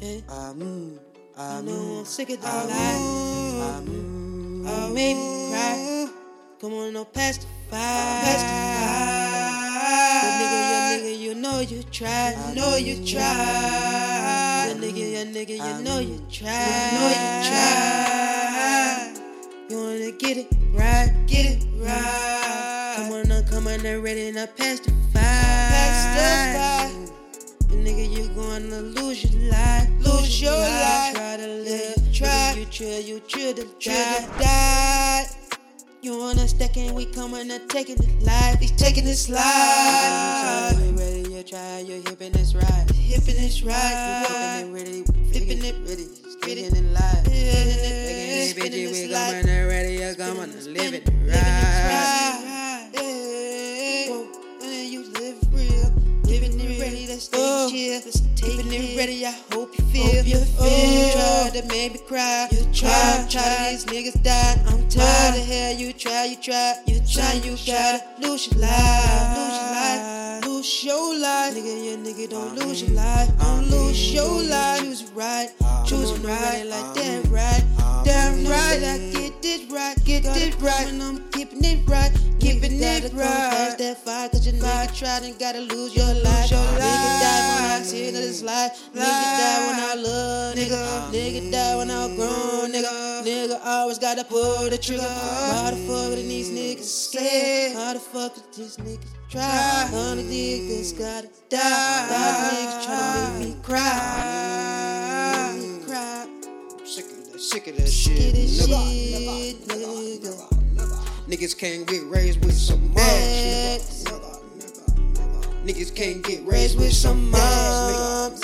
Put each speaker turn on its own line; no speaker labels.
Yeah.
I move, I
I know Eh? I'm
move,
sick of the
I
lies.
I move.
Oh, made me cry. Come on, no past the five. Past the five. Yo, nigga, yo, nigga, you know you tried. You know you tried. Yo, nigga, yo, nigga, you know you tried. You know you tried. You wanna get it right. Get it right. Come on, now, come on, now, ready, now, past the five. Past the five. Nigga, you gonna lose your life. Lose your life. Try to live. Try. You try, you try to try to die. You on a stack and we coming and taking this life. He's taking this life. You ready, you try, you hippin' this right. Hippin' this right. You hippin' it ready. Flippin' it ready. Spittin' it live. Spittin' it, bitch, we coming and ready, you coming and living it right. And you live real, living it ready, let's stay chill, let's take Oh. it ready. I hope you feel, hope you feel. Oh. You tried to make me cry, you tried, tried. These niggas died. I'm tired of hell. You try, you try, you try, you try to lose your life, lose your life, lose your life. Nigga, yeah, nigga, don't lose your life, don't lose your life. Choose right, choose right, like that, right, that right. I get this right, get this right, and I'm keeping it right, keeping it right that fire Cause you know you tried and gotta lose your life Nigga die when I see to this life Nigga die when I love nigga Nigga die when I grown nigga Nigga always gotta pull the trigger Why the fuck are these niggas scared? How the fuck are these niggas try? All the niggas gotta die All the niggas try to make me cry Make me cry
I'm sick of that, sick of that
Get
shit.
this
Never,
shit nigga
Niggas can't get raised with some much.
Raised.
Niggas can't get raised with
with some
some much.
moms.